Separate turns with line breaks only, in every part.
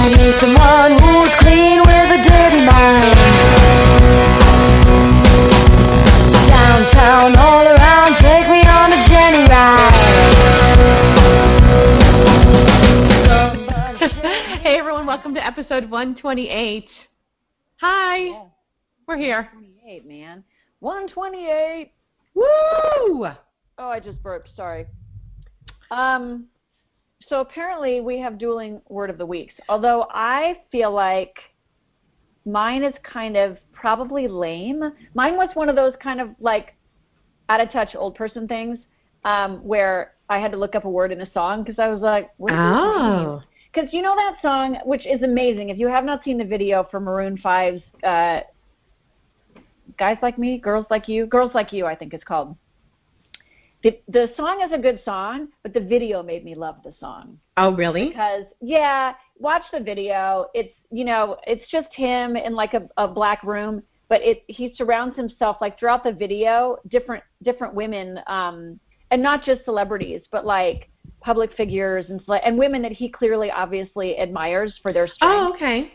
Someone who's clean with a dirty mind. Downtown, all around, take me on a journey ride.
Hey everyone, welcome to episode 128. Hi, we're here.
128, man. 128.
Woo!
Oh, I just burped. Sorry. Um, so apparently we have dueling word of the weeks. Although I feel like mine is kind of probably lame. Mine was one of those kind of like out of touch old person things um, where I had to look up a word in a song because I was like, what does this mean?
Oh,
Because you know that song, which is amazing. If you have not seen the video for Maroon 5's uh, Guys Like Me, Girls Like You, Girls Like You, I think it's called. The, the song is a good song, but the video made me love the song
oh really?
because yeah, watch the video. It's you know, it's just him in like a, a black room, but it he surrounds himself like throughout the video, different different women, um, and not just celebrities, but like public figures and cele- and women that he clearly obviously admires for their strength
Oh, okay.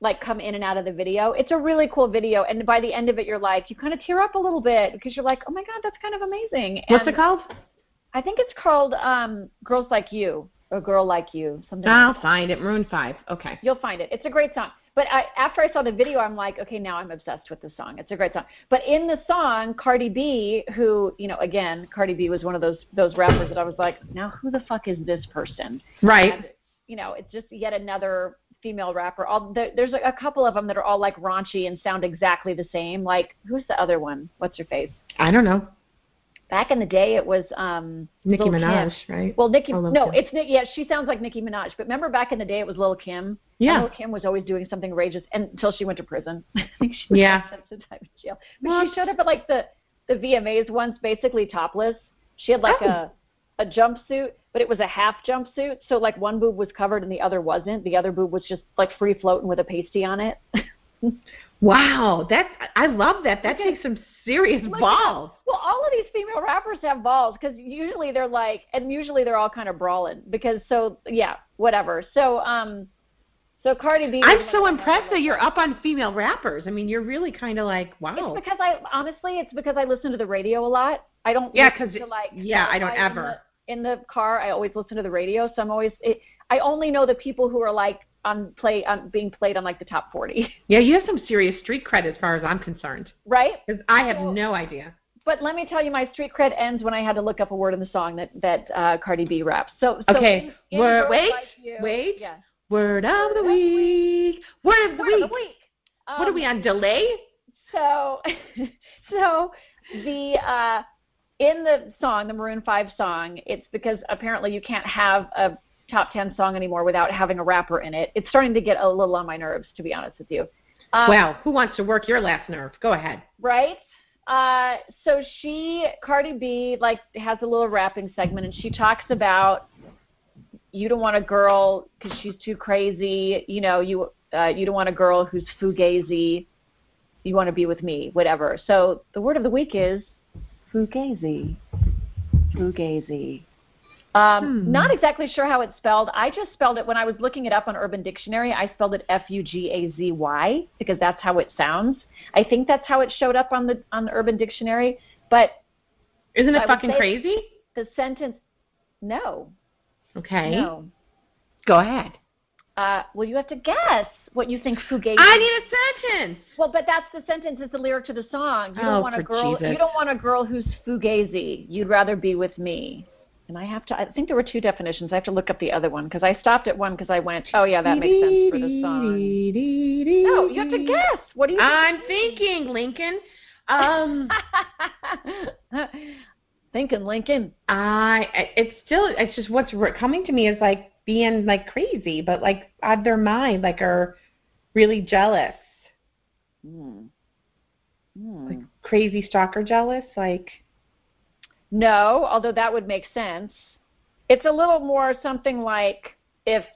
like come in and out of the video. It's a really cool video, and by the end of it, you're like you kind of tear up a little bit because you're like, oh my god, that's kind of amazing.
What's
and
it called?
I think it's called um, Girls Like You or Girl Like You, something. like
I'll find it. Maroon 5. Okay.
You'll find it. It's a great song. But I, after I saw the video, I'm like, okay, now I'm obsessed with the song. It's a great song. But in the song, Cardi B, who you know, again, Cardi B was one of those those rappers that I was like, now who the fuck is this person?
Right.
You know, it's just yet another female rapper. All there, there's a, a couple of them that are all like raunchy and sound exactly the same. Like who's the other one? What's her face?
I don't know.
Back in the day, it was um
Nicki
Lil' Kim.
Minaj, right?
Well, Nicki,
Or Lil'
no,
Kim.
it's Nick. Yeah, she sounds like Nicki Minaj. But remember back in the day, it was Lil Kim.
Yeah.
And Lil Kim was always doing something outrageous until she went to prison. I think she
Yeah.
spent some time in jail. But
What?
she showed up at like the the VMAs once, basically topless. She had like
Oh.
a a jumpsuit, but it was a half jumpsuit, so like one boob was covered and the other wasn't. The other boob was just like free floating with a pasty on it.
Wow, that I love that. That takes some serious
Look it up.
balls.
Well, all of these female rappers have balls because usually they're like, and usually they're all kind of brawling because so yeah, whatever. So um, so Cardi B.
I'm so impressed that you're up on female rappers. I mean, you're really kind of like, wow.
It's because I honestly, it's because I listen to the radio a lot. I don't.
Yeah,
listen
'cause-
to, like
yeah, I don't
Spotify in the-
ever.
In the, car, I always listen to the radio, so I'm always. It, I only know the people who are like on play on being played on like the top forty,
Yeah, you have some serious street cred as far as I'm concerned.
right?
Because I have
So-
no idea.
But let me tell you, my street cred ends when I had to look up a word in the song that that uh, Cardi B raps. So, so
Okay,
in- in
wor-
Girls
wait,
Like You-
wait.
yeah.
Word of the week. Word of the
Word
week.
of the week. Um,
What are we on delay?
So, so the uh, in the song, the Maroon Five song, it's because apparently you can't have a top ten song anymore without having a rapper in it. It's starting to get a little on my nerves, to be honest with you. Um,
wow, who wants to work your last nerve? Go ahead.
right? Uh, so she, Cardi B, like has a little rapping segment, and she talks about you don't want a girl because she's too crazy. You know, you uh, you don't want a girl who's fugazi. You want to be with me, whatever. So the word of the week is fugazi. Fugazi. Um,
Hmm.
Not exactly sure how it's spelled. I just spelled it when I was looking it up on Urban Dictionary. I spelled it F U G A Z Y because that's how it sounds. I think that's how it showed up on the on the Urban Dictionary. But
Isn't
I
it
would
fucking
say-
crazy?
the sentence, no,
Okay.
no.
Go ahead.
Uh, well, you have to guess what you think fugazi.
I need a sentence.
well, but that's the sentence. It's the lyric to the song. You don't
Oh,
want a
for
girl.
Jesus.
You don't want a girl who's fugazi. You'd rather be with me. And I have to. I think there were two definitions. I have to look up the other one because I stopped at one because I went, oh yeah, that makes sense for the song. No, you have to guess. What do you?
I'm thinking, Lincoln. Um,
thinking? thinking Lincoln.
I I- it's still it's just what's re- coming to me is like being like crazy, but like out of their mind, like are really jealous,
Hmm. Hmm.
like crazy stalker jealous, like
No, although that would make sense. It's a little more something like if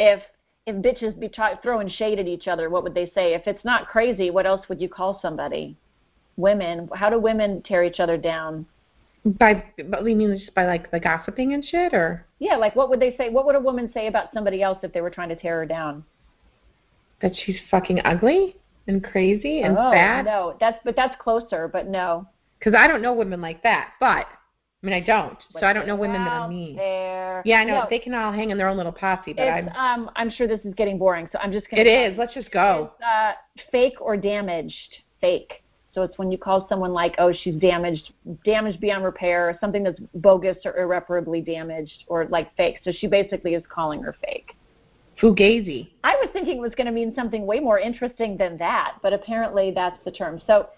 if if bitches be try throwing shade at each other, what would they say? If it's not crazy, what else would you call somebody? Women, how do women tear each other down?
by but we mean just by like the gossiping and shit, or
Yeah, like what would they say? What would a woman say about somebody else if they were trying to tear her down?
That she's fucking ugly and crazy and
oh,
fat?
No, that's but that's closer. But no,
Because I don't know women like that, but I mean I don't, so I don't know women that are mean.
There.
Yeah, I know
No,
they can all hang in their own little posse, but I'm.
it's, um, I'm sure this is getting boring, so I'm just gonna.
It is. Let's just go.
It's, uh, fake or damaged. Fake. So it's when you call someone like, oh, she's damaged, damaged beyond repair, or something that's bogus or irreparably damaged, or like fake. So she basically is calling her fake.
Fugazi.
I was thinking it was going to mean something way more interesting than that, but apparently that's the term. So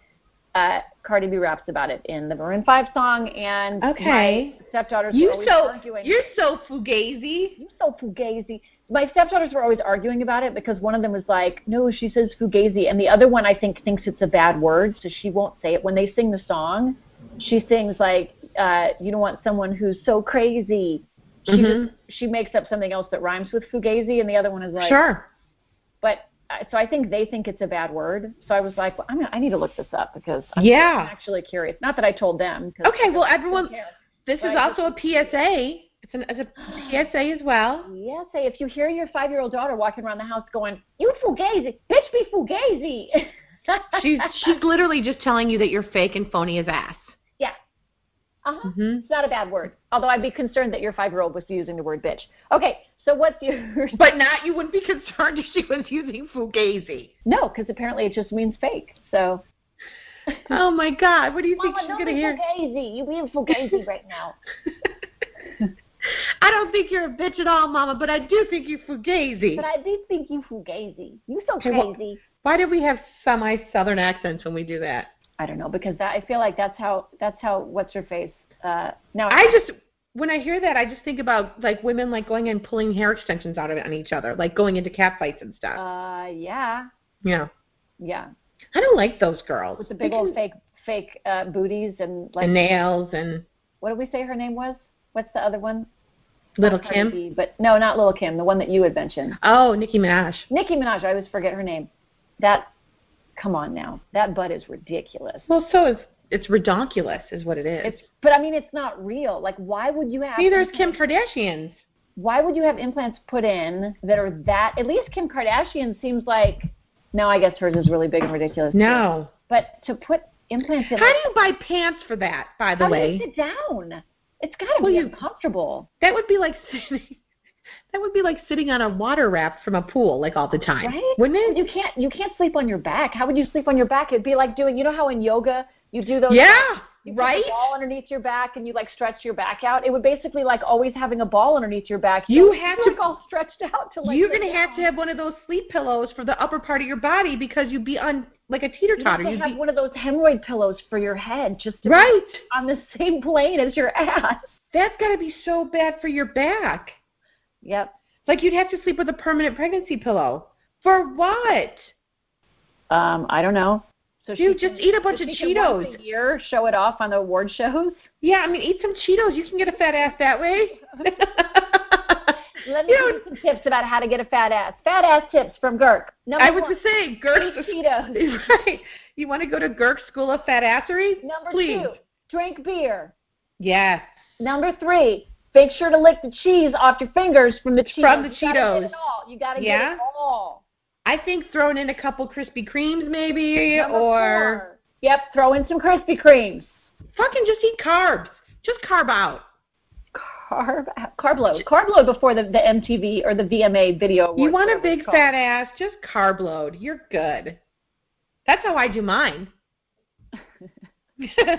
uh, Cardi B raps about it in the Maroon 5 song, and
Okay.
my stepdaughters were
You
always
so
arguing.
you're so fugazi.
"You so fugazi. My stepdaughters were always arguing about it because one of them was like, "No, she says fugazi," and the other one I think thinks it's a bad word, so she won't say it. When they sing the song, she sings like, uh, "You don't want someone who's so crazy." She
Mhm.
just, she makes up something else that rhymes with fugazi, and the other one is like,
sure.
but uh, so I think they think it's a bad word. So I was like, well, I'm gonna, I need to look this up because I'm
Yeah.
actually curious. Not that I told them. 'cause
Okay. Well,
I
everyone,
don't care.
this is
Right.
also a PSA. It's, an, it's a PSA as well.
Yes, hey, if you hear your five-year-old daughter walking around the house going, "You fugazi, bitch, be fugazi,"
She's she's literally just telling you that you're fake and phony as ass.
yeah, uh-huh.
Mhm.
It's not a bad word. Although I'd be concerned that your five-year-old was using the word bitch. Okay, so what's your
But not you wouldn't be concerned if she was using fugazi.
no? Because apparently it just means fake. So
Oh my God! What do you think
Mama,
she's
don't
gonna
be
hear?
fugazi. You being fugazi right now.
I don't think you're a bitch at all, Mama, but I do think you're fugazi.
But I do think you fugazi. You so
Okay, well-
crazy.
Why do we have semi-southern accents when we do that?
I don't know because that, I feel like that's how that's how what's her face. Uh, now
I just when I hear that, I just think about like women like going and pulling hair extensions out of on each other, like going into cat fights and stuff.
uh, yeah,
yeah,
yeah,
I don't like those girls.
with the
They
big old
can-
fake fake uh, booties and
the
like
nails and
what did we say her name was? What's the other one?
Little
Cardi
Kim.
B, but no, not Little Kim, the one that you had mentioned.
Oh, Nicki Minaj.
Nicki Minaj. I always forget her name. That come on now, that butt is ridiculous.
Well, so it's it's redonkulous, is what it is.
It's but I mean it's not real. Like why would you have
Neither is Kim Kardashian's.
why would you have implants put in that are that at least kim kardashian seems like no i guess hers is really big and ridiculous too.
No.
but to put implants in
How do you buy pants for that? By the
how do
way,
you sit down it's got to
Well,
be
you-
uncomfortable
that would be like sitting. That would be like sitting on a water raft from a pool, like all the time,
right
wouldn't it?
you can't you can't sleep on your back how would you sleep on your back it'd be like doing you know how in yoga you do those
yeah,
you put
right.
a ball underneath your back and you like stretch your back out it would basically like always having a ball underneath your back so
You
it's
have
like
to-
all stretched out to like
You're
lay
gonna have to
down.
have one of those sleep pillows for the upper part of your body because you'd be on like a teeter
you have
totter.
to
You'd
have
be
one of those hemorrhoid pillows for your head just to be
right.
on the same plane as your ass.
That's gotta be so bad for your back.
Yep.
Like you'd have to sleep with a permanent pregnancy pillow. For what?
Um, I don't know. So
Dude, just eat a bunch
so
of
she can once
Cheetos.
a year, show it off on the award shows.
Yeah, I mean, eat some Cheetos. You can get a fat ass that way.
Let me
You
give
know,
you some tips about how to get a fat ass. Fat ass tips from Girk. Number
I was
one,
just saying, Girk.
eat Cheetos.
right. You want to go to Girk's School of Fat Assery?
Number
Please.
two, drink beer.
Yes.
Number three, make sure to lick the cheese off your fingers from the Cheetos.
From the
You gotta
Cheetos.
get it all. You gotta
Yeah.
get it all.
I think throwing in a couple Krispy Kremes maybe,
Number
or
four, yep, throw in some Krispy Kremes.
fucking just eat carbs. Just carb out.
Carb carb load. Carb load before the, the MTV or the VMA video. Awards,
you want
whatever
a big
it's called.
fat ass? Just carb load. You're good. That's how I do mine. I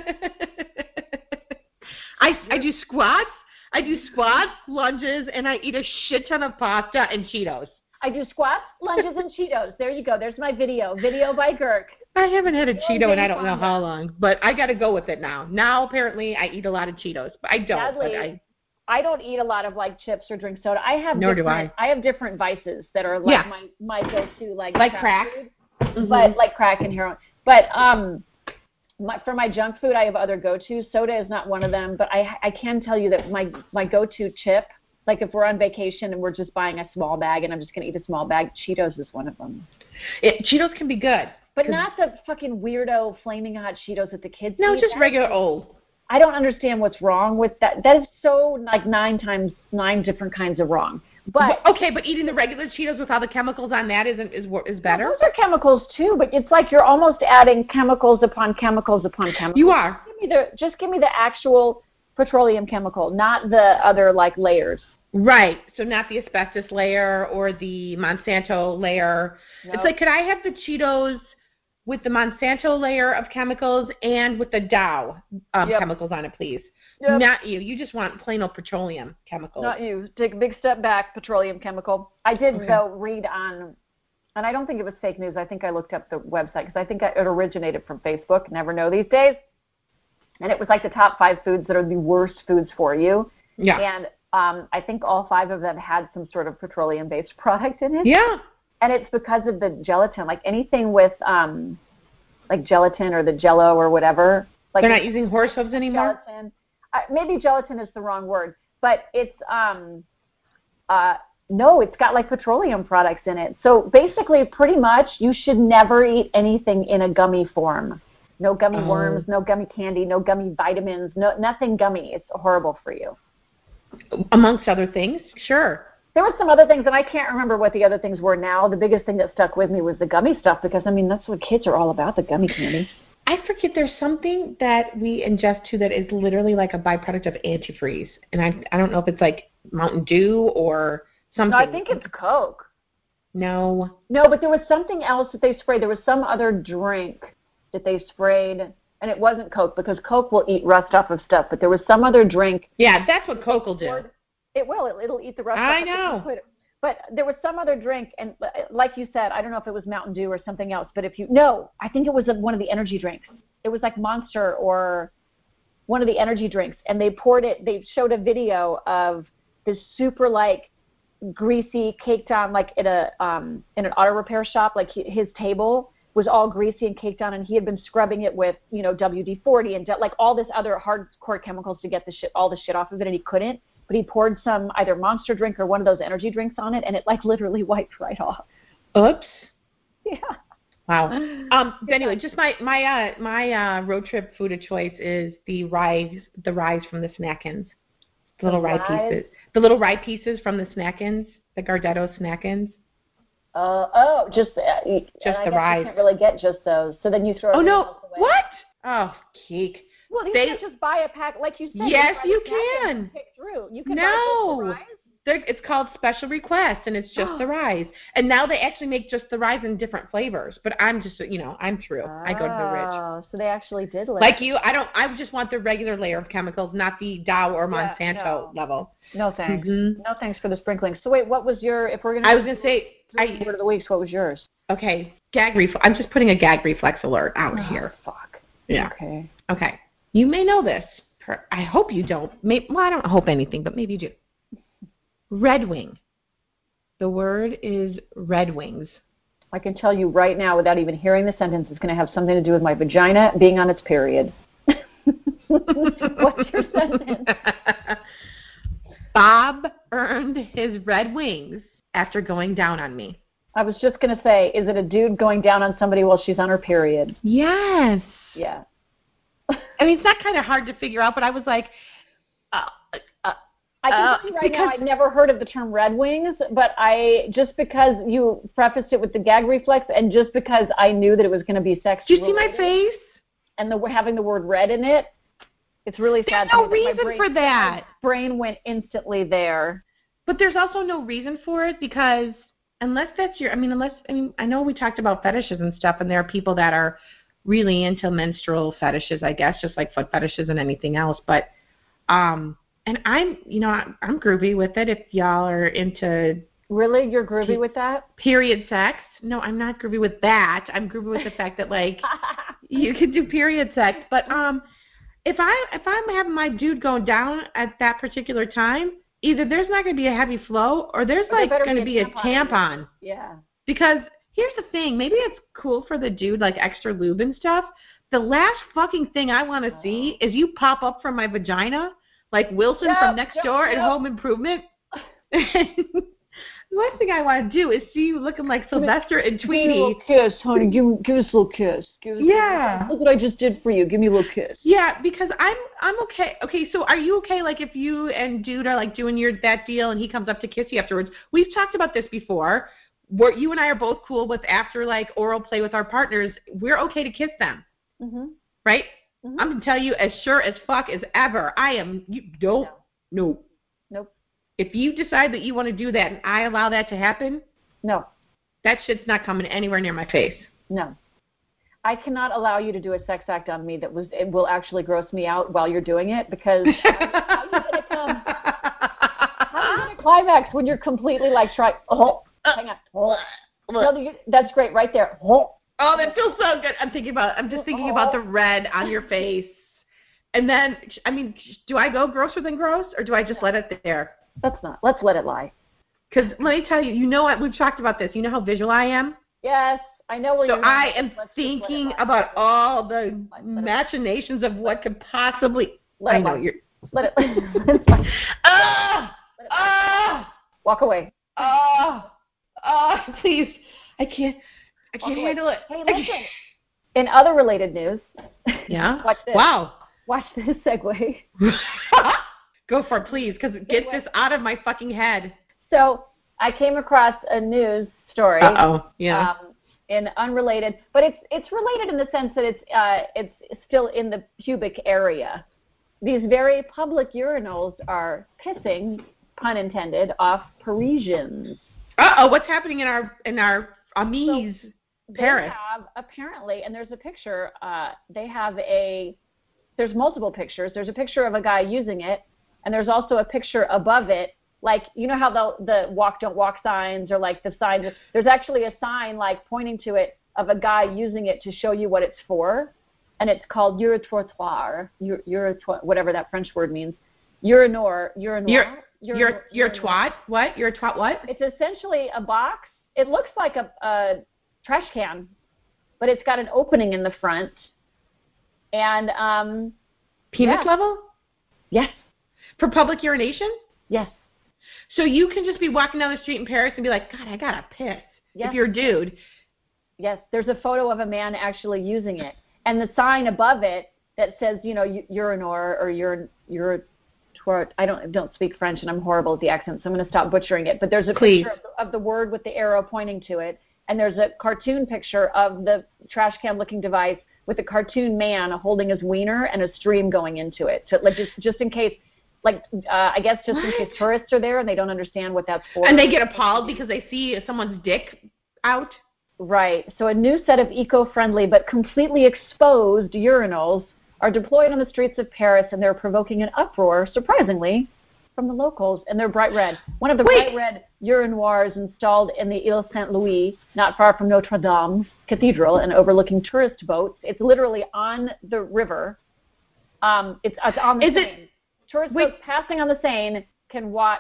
I do squats. I do squats, lunges, and I eat a shit ton of pasta and Cheetos.
I do squats, lunges, and Cheetos. There you go. There's my video. Video by Girk.
I haven't had a Cheeto
big
in I don't know
pasta.
how long, but I got to go with it now. Now apparently I eat a lot of Cheetos, but I don't.
Sadly,
but I,
I don't eat a lot of like chips or drink soda. I have
Nor do
different- I have different vices that are like
Yeah.
my my go-to like
Like crack?
food,
Mhm.
but like crack and heroin. But um, my, for my junk food, I have other go-tos. Soda is not one of them, but I I can tell you that my my go-to chip. Like if we're on vacation and we're just buying a small bag and I'm just gonna eat a small bag, Cheetos is one of them.
it, Cheetos can be good.
But not the fucking weirdo flaming hot Cheetos that the kids
No,
eat.
just
That-
regular old.
I don't understand what's wrong with that. That is so like nine times nine different kinds of wrong. But
okay, but eating the regular Cheetos with all the chemicals on that isn't is wor- is better.
those are chemicals too. But it's like you're almost adding chemicals upon chemicals upon chemicals.
You are.
give me the just give me the actual petroleum chemical, not the other like layers.
Right. So not the asbestos layer or the Monsanto layer. It's
No.
like could I have the Cheetos with the Monsanto layer of chemicals and with the Dow um,
Yep.
chemicals on it, please?
Yep.
Not you. You just want plain old petroleum chemicals.
Not you. Take a big step back, petroleum chemical. I did,
Okay.
though, read on, and I don't think it was fake news. I think I looked up the website because I think it originated from Facebook. Never know these days. And it was like the top five foods that are the worst foods for you.
yeah.
And um, I think all five of them had some sort of petroleum based product in it.
Yeah.
And it's because of the gelatin. Like anything with um, like gelatin or the jello or whatever. Like
They're not using horse hooves anymore.
gelatin. Uh, maybe gelatin is the wrong word, but it's um, uh, no, it's got like petroleum products in it. So basically, pretty much, you should never eat anything in a gummy form. No gummy
Oh.
worms, no gummy candy, no gummy vitamins, no nothing gummy. It's horrible for you.
Amongst other things, sure.
There were some other things, and I can't remember what the other things were now. The biggest thing that stuck with me was the gummy stuff because I mean that's what kids are all about—the gummy candy.
I forget there's something that we ingest too that is literally like a byproduct of antifreeze, and I I don't know if it's like Mountain Dew or something.
No, I think it's Coke.
no.
No, but there was something else that they sprayed. There was some other drink that they sprayed, and it wasn't Coke because Coke will eat rust off of stuff. But there was some other drink.
Yeah, that's what Coke will do.
Or- It will. It, it'll eat the rust.
I
off if you
know.
put it- But there was some other drink, and uh, like you said, I don't know if it was Mountain Dew or something else. But if you no, I think it was one of the energy drinks. It was like Monster or one of the energy drinks, and they poured it. They showed a video of this super like greasy, caked on like in a um, in an auto repair shop. Like he- his table was all greasy and caked on, and he had been scrubbing it with you know WD-40 and de- like all this other hardcore chemicals to get the shit all the shit off of it, and he couldn't. But he poured some either Monster drink or one of those energy drinks on it, and it like literally wiped right off.
Oops.
Yeah.
Wow. Um, but anyway, just my my uh, my uh, road trip food of choice is the rise the rise from the Snackins, the little rye
rise?
pieces, the little rye pieces from the Snackins, the Gardetto Snackins.
Uh, oh, just uh, just
Just
I
the
guess
rice.
You can't really get just those. So then you throw.
Oh
everything
no!
else away.
What? Oh, cake.
Well, you
They-
can't just buy a pack like you said.
Yes,
buy the
you
pack and
can.
Pick through. You can
No.
buy just the rice.
They're, it's called Special Request, and it's just the rise. And now they actually make just the rise in different flavors. But I'm just, you know, I'm true. I go to the rich.
Oh, so they actually did list.
Like you, I don't. I just want the regular layer of chemicals, not the Dow or
Yeah,
Monsanto
no.
level.
no thanks.
Mhm.
No thanks for the sprinkling. So wait, what was your? If we're gonna,
I was gonna say,
do
I
word of the weeks. What was yours?
okay. Gag reflex. I'm just putting a gag reflex alert out
Oh,
here.
Fuck.
Yeah.
Okay.
Okay. You may know this. Per- I hope you don't. May well, I don't hope anything, but maybe you do. Red wing. The word is red wings.
I can tell you right now, without even hearing the sentence, it's going to have something to do with my vagina being on its period. What's your sentence?
Bob earned his red wings after going down on me.
I was just going to say, is it a dude going down on somebody while she's on her period?
Yes.
Yeah.
I mean, it's not kind of hard to figure out, but I was like, uh, uh,
I can
Uh,
tell you right
because-
now, I've never heard of the term Red Wings, but I just because you prefaced it with the gag reflex, and just because I knew that it was going to be sex.
do you see my face?
And the having the word red in it, it's really
There's
sad. to
no
me that my
reason
brain-
for that.
Brain went instantly there.
But there's also no reason for it because unless that's your, I mean, unless, I mean, I know we talked about fetishes and stuff, and there are people that are really into menstrual fetishes, I guess, just like foot fetishes and anything else. But, um, and I'm, you know, I'm, I'm groovy with it. If y'all are into
Really, you're
Pe-
groovy with that?
period sex, no, I'm not groovy with that. I'm groovy with the fact that like you can do period sex, but um, if I if I'm having my dude go down at that particular time, either there's not going to be a heavy flow, or there's
Or there
like
better
going to
be
be
a
a tampon.
yeah.
Because here's the thing, maybe it's cool for the dude like extra lube and stuff. The last fucking thing I want
Oh.
to see is you pop up from my vagina like Wilson
Yep,
from next
yep,
door at
yep.
Home Improvement. The last thing I want to do is see you looking like Sylvester and
Give me a
Tweety.
little kiss, honey. Give, me- give us a little kiss. Give us
Yeah.
Look what I just did for you. Give me a little kiss.
Yeah, because I'm I'm okay. Okay, so are you okay? Like if you and dude are like doing your that deal, and he comes up to kiss you afterwards. We've talked about this before. Where you and I are both cool with after like oral play with our partners, we're okay to kiss them,
Mm-hmm.
right?
Mhm.
I'm gonna tell you as sure as fuck as ever. I am. You don't. No.
Nope.
If you decide that you want to do that, and I allow that to happen,
No,
that shit's not coming anywhere near my face.
no. I cannot allow you to do a sex act on me that was it will actually gross me out while you're doing it because how you gonna come? how you gonna climax when you're completely like trying? Oh, hang on. Oh. No, you- that's great right there. Oh.
Oh, that feels so good. I'm thinking about. I'm just thinking about the red on your face. And then, I mean, do I go grosser than gross, or do I just let it there?
Let's not. Let's let it lie.
Because let me tell you, you know what? We've talked about this. You know how visual I am.
Yes, I know where
So
you're.
I
going.
am
Let's just let it
thinking
lie.
about all the
Let it-
machinations of what could possibly.
Let it
I know
lie.
you're.
Let it. let it lie.
Ah! Ah!
Walk away.
Ah! Ah! Please, I can't. I
Walk
can't
away.
handle it.
Hey,
I can't-
listen. In other related news,
Yeah.
Watch this.
Wow.
watch this segue.
Go for it, please, because get this out of my fucking head.
So I came across a news story
oh. Yeah.
um, in unrelated, but it's it's related in the sense that it's uh, it's still in the pubic area. These very public urinals are pissing, pun intended, off Parisians.
Uh oh. What's happening in our in our Amis? Paris.
They have apparently, and there's a picture. Uh, they have a there's multiple pictures. There's a picture of a guy using it, and there's also a picture above it. Like you know how the the walk don't walk signs or like the signs. There's actually a sign like pointing to it of a guy using it to show you what it's for, and it's called urinatoire, ur, uratoire, whatever that French word means. Urinor, urinoir,
Your-
urinor-
Your your
urinoir.
twat. What? Your twat. What?
It's essentially a box. It looks like a, a trash can, but it's got an opening in the front. And um,
Penis
yeah.
level
yes,
for public urination.
yes,
So you can just be walking down the street in Paris and be like, God, I gotta piss.
Yes.
If you're a dude.
yes. There's a photo of a man actually using it, and the sign above it that says, you know, u- urinor or urin, urin. I don't I don't speak French and I'm horrible at the accent, so I'm going to stop butchering it. But there's a
Please.
picture of the, of the word with the arrow pointing to it, and there's a cartoon picture of the trash can looking device with a cartoon man holding his wiener and a stream going into it. So like just just in case, like uh, I guess just in case tourists are there and they don't understand what that's for.
And they get appalled because they see someone's dick out.
Right. So a new set of eco-friendly but completely exposed urinals are deployed on the streets of Paris, and they're provoking an uproar, surprisingly, from the locals. And they're bright red. One of the
Wait.
bright red urinoirs installed in the Ile Saint Louis, not far from Notre Dame Cathedral, and overlooking tourist boats. It's literally on the river. Um, it's, it's on the
Is it-
Seine. Tourist
Wait.
boats passing on the Seine can watch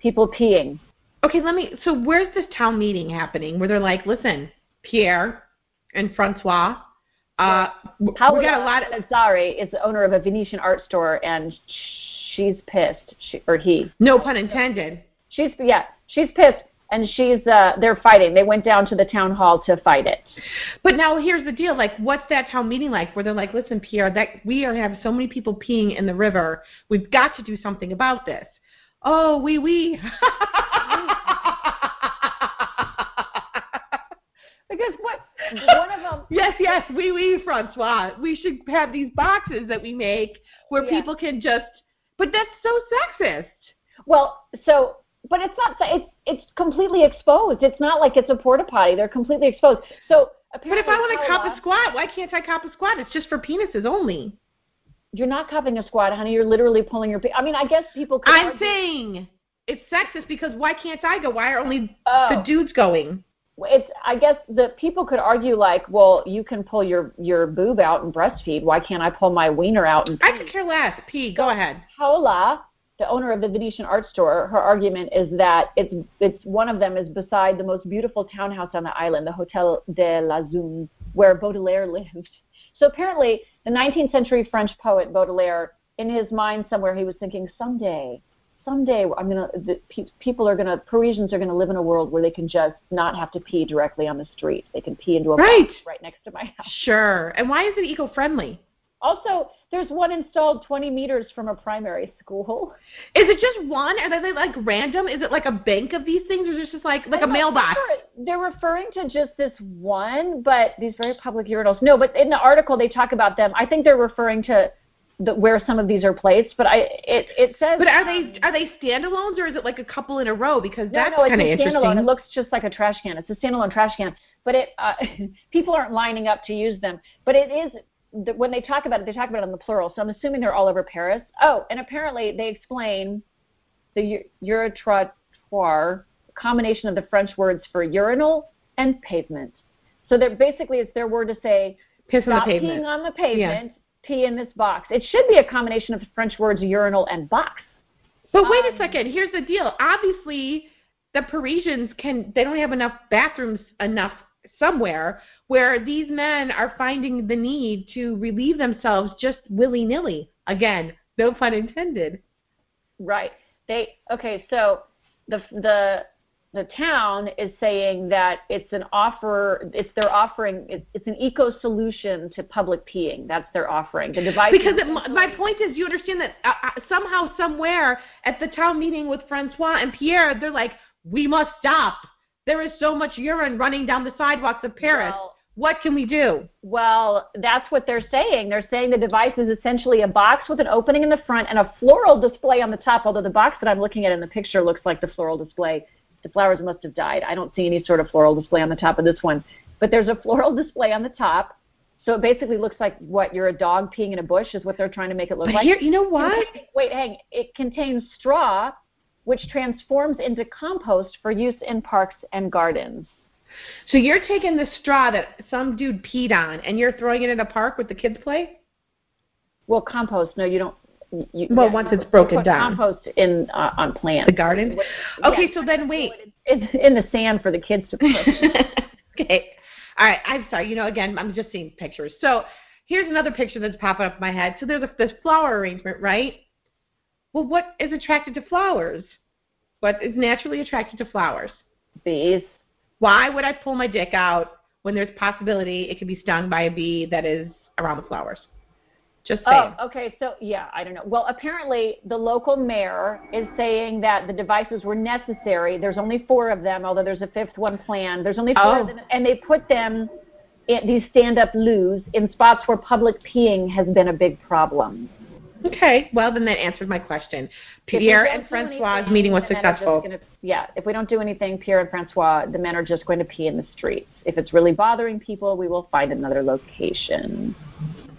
people peeing.
Okay, let me. So, where's this town meeting happening where they're like, listen, Pierre and Francois, uh, w-
Paola
we got a lot of.
Lazzari is the owner of a Venetian art store, and she's pissed, she, or he.
No pun intended.
She's yeah, she's pissed, and she's uh, they're fighting. They went down to the town hall to fight it.
But now here's the deal. Like, what's that town meeting like where they're like, listen, Pierre, that we are have so many people peeing in the river. We've got to do something about this. Oh, wee wee.
Because what one of them
Yes, yes, we we Francois. We should have these boxes that we make where
Yeah.
people can just. But that's so sexist.
Well, so but it's not it's it's completely exposed. It's not like it's a porta potty. They're completely exposed. So
But
apparently,
if I want to
Paola-
cop a squat, why can't I cop a squat? It's just for penises only.
you're not copping a squat, honey. You're literally pulling your. pe- I mean, I guess people. Could
I'm
argue-
saying it's sexist because why can't I go? Why are only
Oh.
the dudes going?
it's I guess the people could argue like, well, you can pull your your boob out and breastfeed. Why can't I pull my wiener out and
I could care less. P, go ahead.
Paola, the owner of the Venetian art store, her argument is that it's it's one of them is beside the most beautiful townhouse on the island, the Hotel de la Zone, where Baudelaire lived. So apparently, the 19th century French poet Baudelaire, in his mind somewhere, he was thinking someday someday I'm gonna the, pe- people are gonna Parisians are gonna live in a world where they can just not have to pee directly on the street. They can pee into a
Right.
box right next to my house.
Sure. And why is it eco-friendly?
Also, there's one installed 20 meters from a primary school.
Is it just one? Are they like random? Is it like a bank of these things, or is it just like like a
I'm not
mailbox?
sure. They're referring to just this one, but these very public urinals. No, but in the article they talk about them. I think they're referring to the, where some of these are placed, but I it it says.
But are
um,
they are they standalones, or is it like a couple in a row? Because
No,
that's
no, it's
kind of
a
interesting.
standalone. It looks just like a trash can. It's a standalone trash can, but it uh, people aren't lining up to use them. But it is the, when they talk about it, they talk about it in the plural. So I'm assuming they're all over Paris. Oh, and apparently they explain the eu- Eurotrottoir combination of the French words for urinal and pavement. So they're basically it's their word to say
Piss on the
stop
pavement.
peeing on the pavement, pee in this box. It should be a combination of the French words urinal and box.
But wait a
Um,
second. Here's the deal. Obviously, the Parisians can. They don't have enough bathrooms enough somewhere where these men are finding the need to relieve themselves just willy nilly. Again, no pun intended.
Right. They okay. So the the the town is saying that it's an offer. It's their offering. It's, it's an eco solution to public peeing. That's their offering. The device
Because it, my point is, you understand that uh, uh, somehow, somewhere at the town meeting with Francois and Pierre, they're like, "We must stop. There is so much urine running down the sidewalks of Paris.
Well-
what can we do?"
Well, that's what they're saying. They're saying the device is essentially a box with an opening in the front and a floral display on the top. Although the box that I'm looking at in the picture looks like the floral display. The flowers must have died. I don't see any sort of floral display on the top of this one. But there's a floral display on the top. So it basically looks like what you're a dog peeing in a bush is what they're trying to make it look
But
like.
here, you know what?
Contain- Wait, hang. It contains straw, which transforms into compost for use in parks and gardens.
So you're taking the straw that some dude peed on and you're throwing it in a park with the kids play?
Well, compost. No, you don't. You,
Well, once it's broken
you put
down.
compost in uh, on
The
plants.
garden?
Yeah.
Okay, so then wait.
in, in the sand for the kids to put.
okay. All right. I'm sorry. You know, again, I'm just seeing pictures. So here's another picture that's popping up in my head. So there's a, this flower arrangement, right? Well, what is attracted to flowers? What is naturally attracted to flowers?
bees.
Why would I pull my dick out when there's possibility it could be stung by a bee that is around the flowers? Just saying.
Oh, okay. So yeah, I don't know. Well, apparently the local mayor is saying that the devices were necessary. There's only four of them, although there's a fifth one planned. There's only four
Oh.
of them, and they put them in these stand-up loos in spots where public peeing has been a big problem.
Okay, well then that answered my question.
If we
Pierre
don't
and
do
Francois'
anything,
meeting was
the men are just
successful.
gonna- yeah, if we don't do anything, Pierre and Francois, the men are just going to pee in the streets. If it's really bothering people, we will find another location.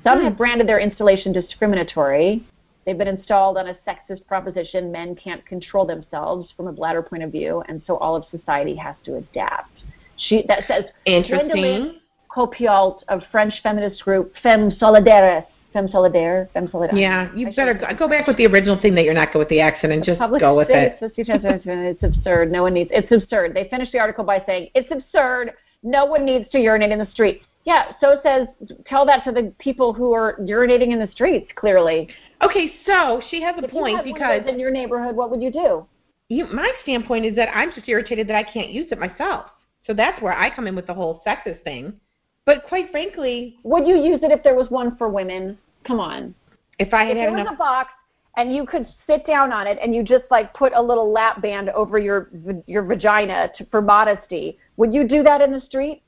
Some have branded their installation discriminatory. They've been installed on a sexist proposition men can't control themselves from a bladder point of view, and so all of society has to adapt. She, that says Gwendolyn
Interesting.
Copiault of French feminist group Femme Solidaires. Femme Solidaire? Femme Solidaire.
Yeah, you
I
better
should-
go, go back with the original thing that you're not good with the accent and just
public
go with it.
space, it's- It's it's absurd. No one needs. It's absurd. They finished the article by saying it's absurd. No one needs to urinate in the street. Yeah. So it says tell that to the people who are urinating in the streets. Clearly,
Okay, so she has a
If you
point
had one of
because
those in your neighborhood, what would you do?
you, my standpoint is that I'm just irritated that I can't use it myself. So that's where I come in with the whole sexist thing. But quite frankly,
Would you use it if there was one for women? Come on.
if I had
If there
had
was a
enough,
box and you could sit down on it and you just like put a little lap band over your your vagina to, for modesty, would you do that in the street?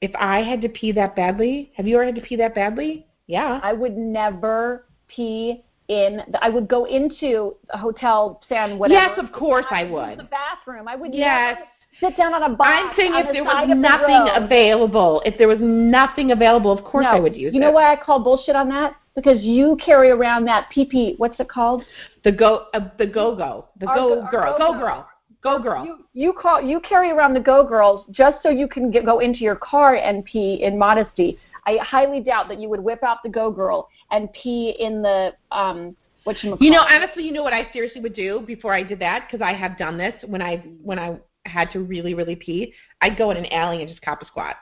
if I had to pee that badly, have you ever had to pee that badly? Yeah.
I would never pee in. The, I would go into a hotel, sand, whatever.
Yes, of course I
The
would.
bathroom. I would
Yes.
never sit down on a box.
I'm saying
Uh, on
if
the
there
side
was
of the road.
nothing available, if there was nothing available, of course
No.
I would use
You know
it.
why I call bullshit on that? Because you carry around that pee pee. What's it called?
The go, uh, the go go, the
Our
go
go- our
girl,
go
go girl, go girl.
You, you call. You carry around the go girls just so you can get, go into your car and pee in modesty. I highly doubt that you would whip out the go girl and pee in the um. What
You know, honestly, you know what I seriously would do before I did that because I have done this when I when I had to really really pee. I'd go in an alley and just cop a squat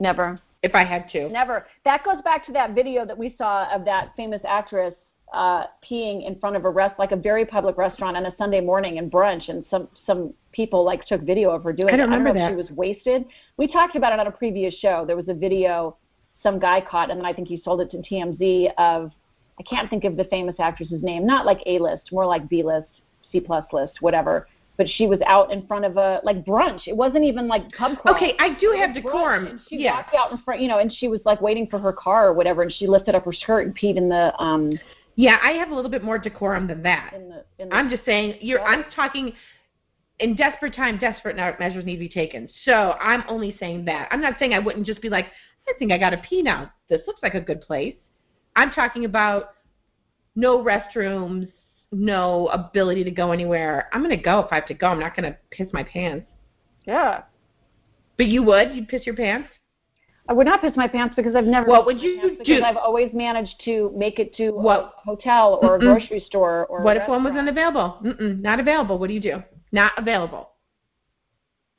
never.
if I had to.
Never. That goes back to that video that we saw of that famous actress uh, peeing in front of a rest like a very public restaurant on a Sunday morning and brunch, and some some people like took video of her doing
I don't
it. I
remember
don't know if
that.
she was wasted. We talked about it on a previous show. There was a video some guy caught, and then I think he sold it to TMZ of I can't think of the famous actress's name, not like A list, more like B list, C plus list, whatever. But she was out in front of a like brunch. It wasn't even like pub crawl.
Okay, I do
It
have
was brunch, And
decorum.
she
Yeah.
walked out in front, you know, and she was like waiting for her car or whatever, and she lifted up her skirt and peed in the um
Yeah, I have a little bit more decorum than that.
in the in the
I'm just saying you're I'm talking in desperate time desperate now- measures need to be taken. So, I'm only saying that. I'm not saying I wouldn't just be like, I think I got to pee now. This looks like a good place. I'm talking about no restrooms, no ability to go anywhere. I'm going to go if I have to go. I'm not going to piss my pants.
yeah.
But you would? You'd piss your pants?
I would not piss my pants because I've never.
What would
pissed my
you
pants Because
do?
I've always managed to make it to
What-
a hotel or a
Mm-mm.
grocery store or. a
What if one was
restaurant.
unavailable? Mm-mm, not available. What do you do? Not available.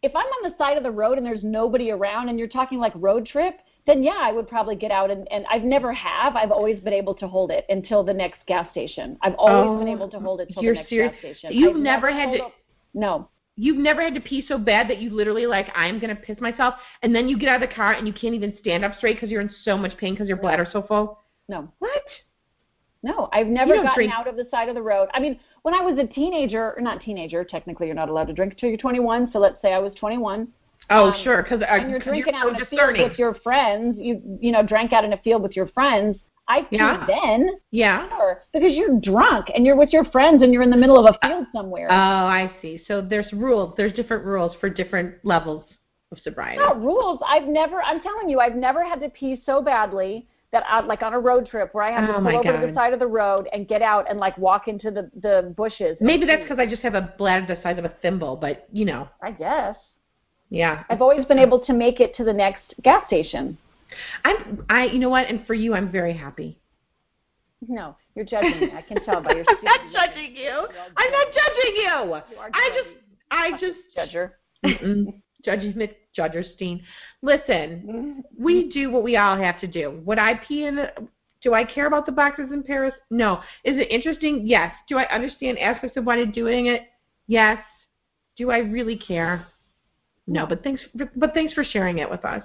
If I'm on the side of the road and there's nobody around and you're talking like road trip, then yeah, I would probably get out and, and I've never have. I've always been able to hold it until the next gas station. I've always
Oh,
been able to hold it till
you're
the next
serious?
gas station.
You've
I've
never had
hold
to-
up- No.
You've never had to pee so bad that you literally like I'm gonna piss myself, and then you get out of the car and you can't even stand up straight because you're in so much pain because your bladder's so full.
No.
What?
No, I've never
don't
gotten
drink-
out of the side of the road. I mean, when I was a teenager, or not teenager, technically you're not allowed to drink until you're 21. So let's say I was 21.
Oh
Um,
sure, because uh,
and you're
'cause
drinking
you're so
out in a
discerning.
field with your friends. You you know drank out in a field with your friends. I peed
Yeah.
then
yeah.
sure, because you're drunk and you're with your friends and you're in the middle of a field somewhere.
Oh, I see. So there's rules. There's different rules for different levels of sobriety.
Not rules. I've never. I'm telling you, I've never had to pee so badly that I, like on a road trip where I have to
Oh,
pull
my
over to the
God.
side of the road and get out and like walk into the the bushes. and
Maybe that's
pee.
because I just have a bladder the size of a thimble, but you know,
I guess
yeah.
I've always been able to make it to the next gas station.
I'm I you know what? And for you, I'm very happy.
No, you're judging me. I can tell by your.
I'm not
stupid look.
judging you. I'm not judging you.
You are
I just, I just,
judger.
Mm-mm. judges, Miss Judgerstein. Listen, we do what we all have to do. Would I pee in? The, do I care about the boxes in Paris? No. Is it interesting? Yes. Do I understand aspects of why they're doing it? Yes. Do I really care? No. But thanks, but thanks for sharing it with us.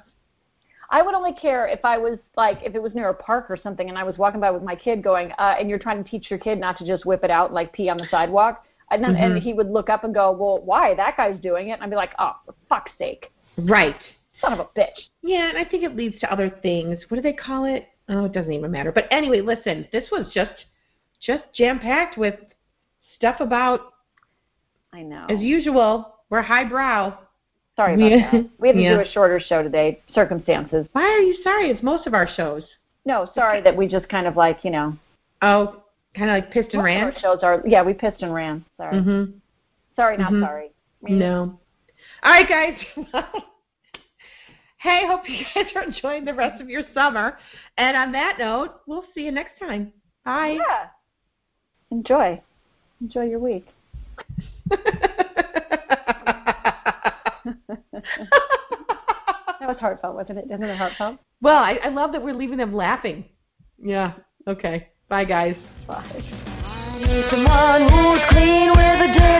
I would only care if I was like if it was near a park or something, and I was walking by with my kid going, uh, and you're trying to teach your kid not to just whip it out and, like pee on the sidewalk, and then and he would look up and go, well, why that guy's doing it? And I'd be like, oh, for fuck's sake,
Right.
son of a bitch.
Yeah, and I think it leads to other things. What do they call it? Oh, it doesn't even matter. But anyway, listen, this was just just jam packed with stuff about
I know.
as usual. We're highbrow.
sorry about
Yeah.
that. We had to
Yeah.
do a shorter show today, circumstances.
Why are you sorry? It's most of our shows.
No, sorry that we just kind of like you know
Oh, kind of like pissed and
most of
ran.
our shows are yeah we pissed and ran. Sorry,
Mm-hmm.
sorry, not
Mhm.
sorry.
No. All right, guys. hey, hope you guys are enjoying the rest of your summer. And on that note, we'll see you next time. Bye.
Yeah. Enjoy, enjoy your week. That was heartfelt, wasn't it? Isn't it heartfelt?
well, I, I love that we're leaving them laughing. Yeah. Okay. Bye, guys.
I need someone who's clean with a dirty